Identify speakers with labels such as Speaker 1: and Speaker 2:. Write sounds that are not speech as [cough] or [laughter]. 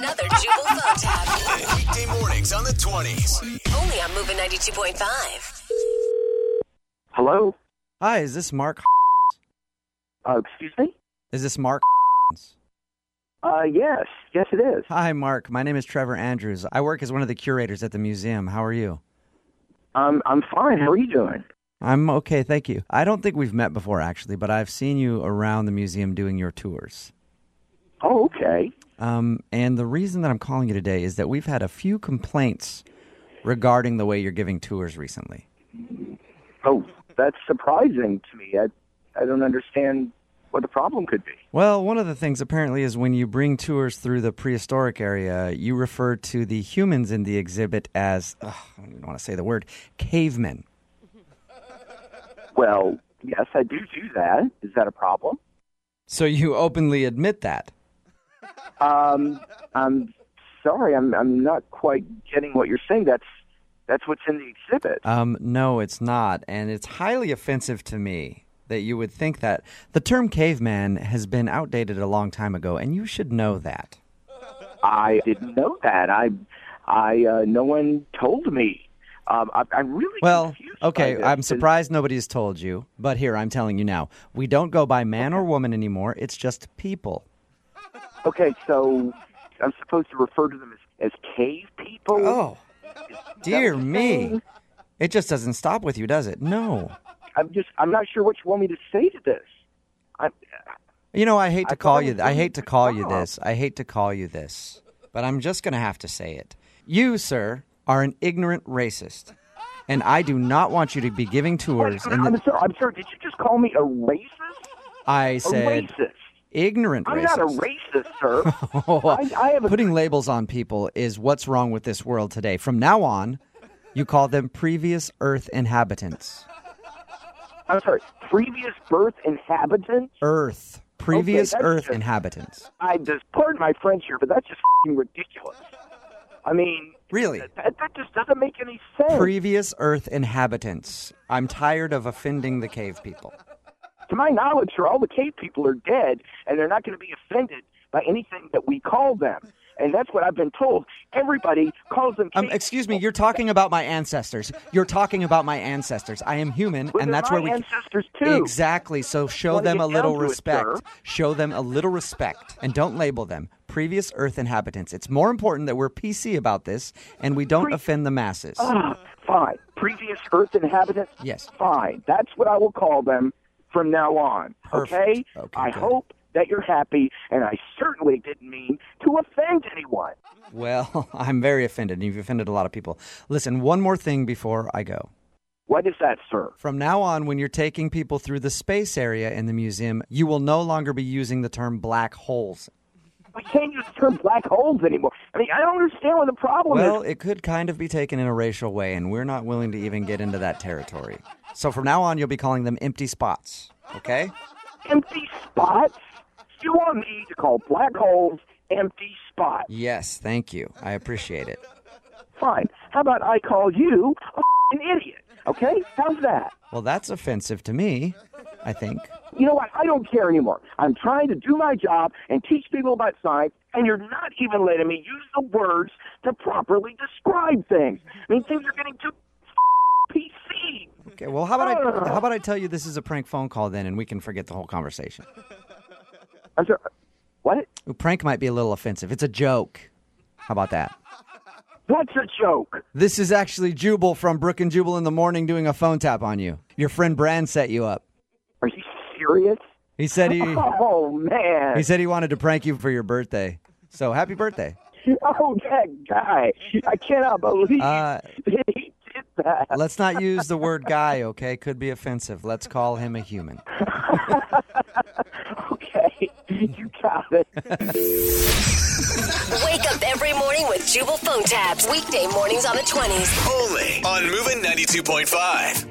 Speaker 1: another Jubal phone tab.
Speaker 2: Weekday mornings on the 20s.
Speaker 1: Only on Moving 92.5.
Speaker 3: Hello?
Speaker 4: Hi, is this Mark?
Speaker 3: Uh, excuse me?
Speaker 4: Is this Mark?
Speaker 3: Uh, yes. Yes, it is.
Speaker 4: Hi, Mark. My name is Trevor Andrews. I work as one of the curators at the museum. How are you?
Speaker 3: Um, I'm fine. How are you doing?
Speaker 4: I'm okay, thank you. I don't think we've met before, actually, but I've seen you around the museum doing your tours.
Speaker 3: Oh, okay.
Speaker 4: Um, and the reason that I'm calling you today is that we've had a few complaints regarding the way you're giving tours recently.
Speaker 3: Oh, that's surprising to me. I, I don't understand what the problem could be.
Speaker 4: Well, one of the things apparently is when you bring tours through the prehistoric area, you refer to the humans in the exhibit as, ugh, I don't even want to say the word, cavemen.
Speaker 3: Well, yes, I do do that. Is that a problem?
Speaker 4: So you openly admit that.
Speaker 3: Um, I'm sorry. I'm, I'm not quite getting what you're saying. That's, that's what's in the exhibit.
Speaker 4: Um, no, it's not. And it's highly offensive to me that you would think that. The term caveman has been outdated a long time ago, and you should know that.
Speaker 3: I didn't know that. I, I, uh, no one told me. Um, I, I'm really
Speaker 4: Well,
Speaker 3: confused by
Speaker 4: okay,
Speaker 3: this,
Speaker 4: I'm
Speaker 3: 'cause-
Speaker 4: surprised nobody's told you, but here, I'm telling you now. We don't go by man or woman anymore, it's just people.
Speaker 3: Okay, so I'm supposed to refer to them as, as cave people.
Speaker 4: Oh. dear me. It just doesn't stop with you, does it? No.
Speaker 3: I'm just I'm not sure what you want me to say to this. I'm,
Speaker 4: You know, I hate to
Speaker 3: I
Speaker 4: call
Speaker 3: thought it
Speaker 4: you.
Speaker 3: was
Speaker 4: I
Speaker 3: in
Speaker 4: hate to
Speaker 3: the
Speaker 4: call you
Speaker 3: job.
Speaker 4: this. I hate to call you this, but I'm just going to have to say it. You, sir, are an ignorant racist, and I do not want you to be giving tours.
Speaker 3: [laughs]
Speaker 4: And
Speaker 3: I'm
Speaker 4: the,
Speaker 3: sorry. I'm sorry. Did you just call me a racist?
Speaker 4: I
Speaker 3: A
Speaker 4: said
Speaker 3: racist.
Speaker 4: ignorant
Speaker 3: I'm
Speaker 4: racist.
Speaker 3: not a racist, sir.
Speaker 4: [laughs] Oh,
Speaker 3: I, I have a
Speaker 4: putting labels on people is what's wrong with this world today. From now on, you call them previous Earth inhabitants.
Speaker 3: I'm sorry. Previous birth inhabitant.
Speaker 4: Earth. Previous
Speaker 3: that's
Speaker 4: Earth
Speaker 3: just-
Speaker 4: inhabitants.
Speaker 3: I just pardon my French here, but that's just fing ridiculous. I mean,
Speaker 4: Really?
Speaker 3: that, that just doesn't make any sense.
Speaker 4: Previous Earth inhabitants. I'm tired of offending the cave people.
Speaker 3: to my knowledge, sir, all the cave people are dead, and they're not going to be offended by anything that we call them. And that's what I've been told. Everybody calls them.
Speaker 4: Um,
Speaker 3: cave
Speaker 4: excuse me,
Speaker 3: people.
Speaker 4: you're talking about my ancestors. You're talking about my ancestors. I am human,
Speaker 3: Well,
Speaker 4: and
Speaker 3: they're
Speaker 4: that's
Speaker 3: my
Speaker 4: where we
Speaker 3: ancestors too.
Speaker 4: Exactly. So show
Speaker 3: Wanna
Speaker 4: them
Speaker 3: get
Speaker 4: a little
Speaker 3: down to it,
Speaker 4: respect.
Speaker 3: sir.
Speaker 4: show them a little respect, and don't label them previous Earth inhabitants. It's more important that we're PC about this and we don't offend the masses.
Speaker 3: Ah, fine. Previous Earth inhabitants?
Speaker 4: Yes.
Speaker 3: Fine. That's what I will call them from now on. Okay?
Speaker 4: Perfect. Okay,
Speaker 3: I
Speaker 4: good.
Speaker 3: hope that you're happy, and I certainly didn't mean to offend anyone.
Speaker 4: Well, [laughs] I'm very offended, and you've offended a lot of people. Listen, one more thing before I go.
Speaker 3: What is that, sir?
Speaker 4: From now on, when you're taking people through the space area in the museum, you will no longer be using the term black holes
Speaker 3: We can't use the term black holes anymore. I mean, I don't understand what the problem
Speaker 4: Well,
Speaker 3: is.
Speaker 4: it could kind of be taken in a racial way, and we're not willing to even get into that territory. So from now on, you'll be calling them empty spots, okay?
Speaker 3: Empty spots? You want me to call black holes empty spots?
Speaker 4: Yes, thank you. I appreciate it.
Speaker 3: Fine. How about I call you a an idiot? Okay? How's that?
Speaker 4: Well, that's offensive to me, I think.
Speaker 3: you know what? I don't care anymore. I'm trying to do my job and teach people about science, and you're not even letting me use the words to properly describe things. I mean, things are getting too PC.
Speaker 4: Okay, well, how about I how about I tell you this is a prank phone call then, and we can forget the whole conversation.
Speaker 3: I'm sorry. What?
Speaker 4: Ooh, Prank might be a little offensive. It's a joke. How about that?
Speaker 3: What's a joke?
Speaker 4: This is actually Jubal from Brook and Jubal in the morning doing a phone tap on you. Your friend Brand set you up.
Speaker 3: Are you serious?
Speaker 4: He said he
Speaker 3: Oh man!
Speaker 4: He said he wanted to prank you for your birthday. So happy birthday.
Speaker 3: Oh, that guy! I cannot believe
Speaker 4: Uh,
Speaker 3: that he did that.
Speaker 4: Let's not use the word guy, okay? Could be offensive. Let's call him a human.
Speaker 3: Okay, you got it.
Speaker 1: Wake up every morning with Jubal phone tabs. Weekday mornings on the 20s.
Speaker 2: Only on Moving 92.5.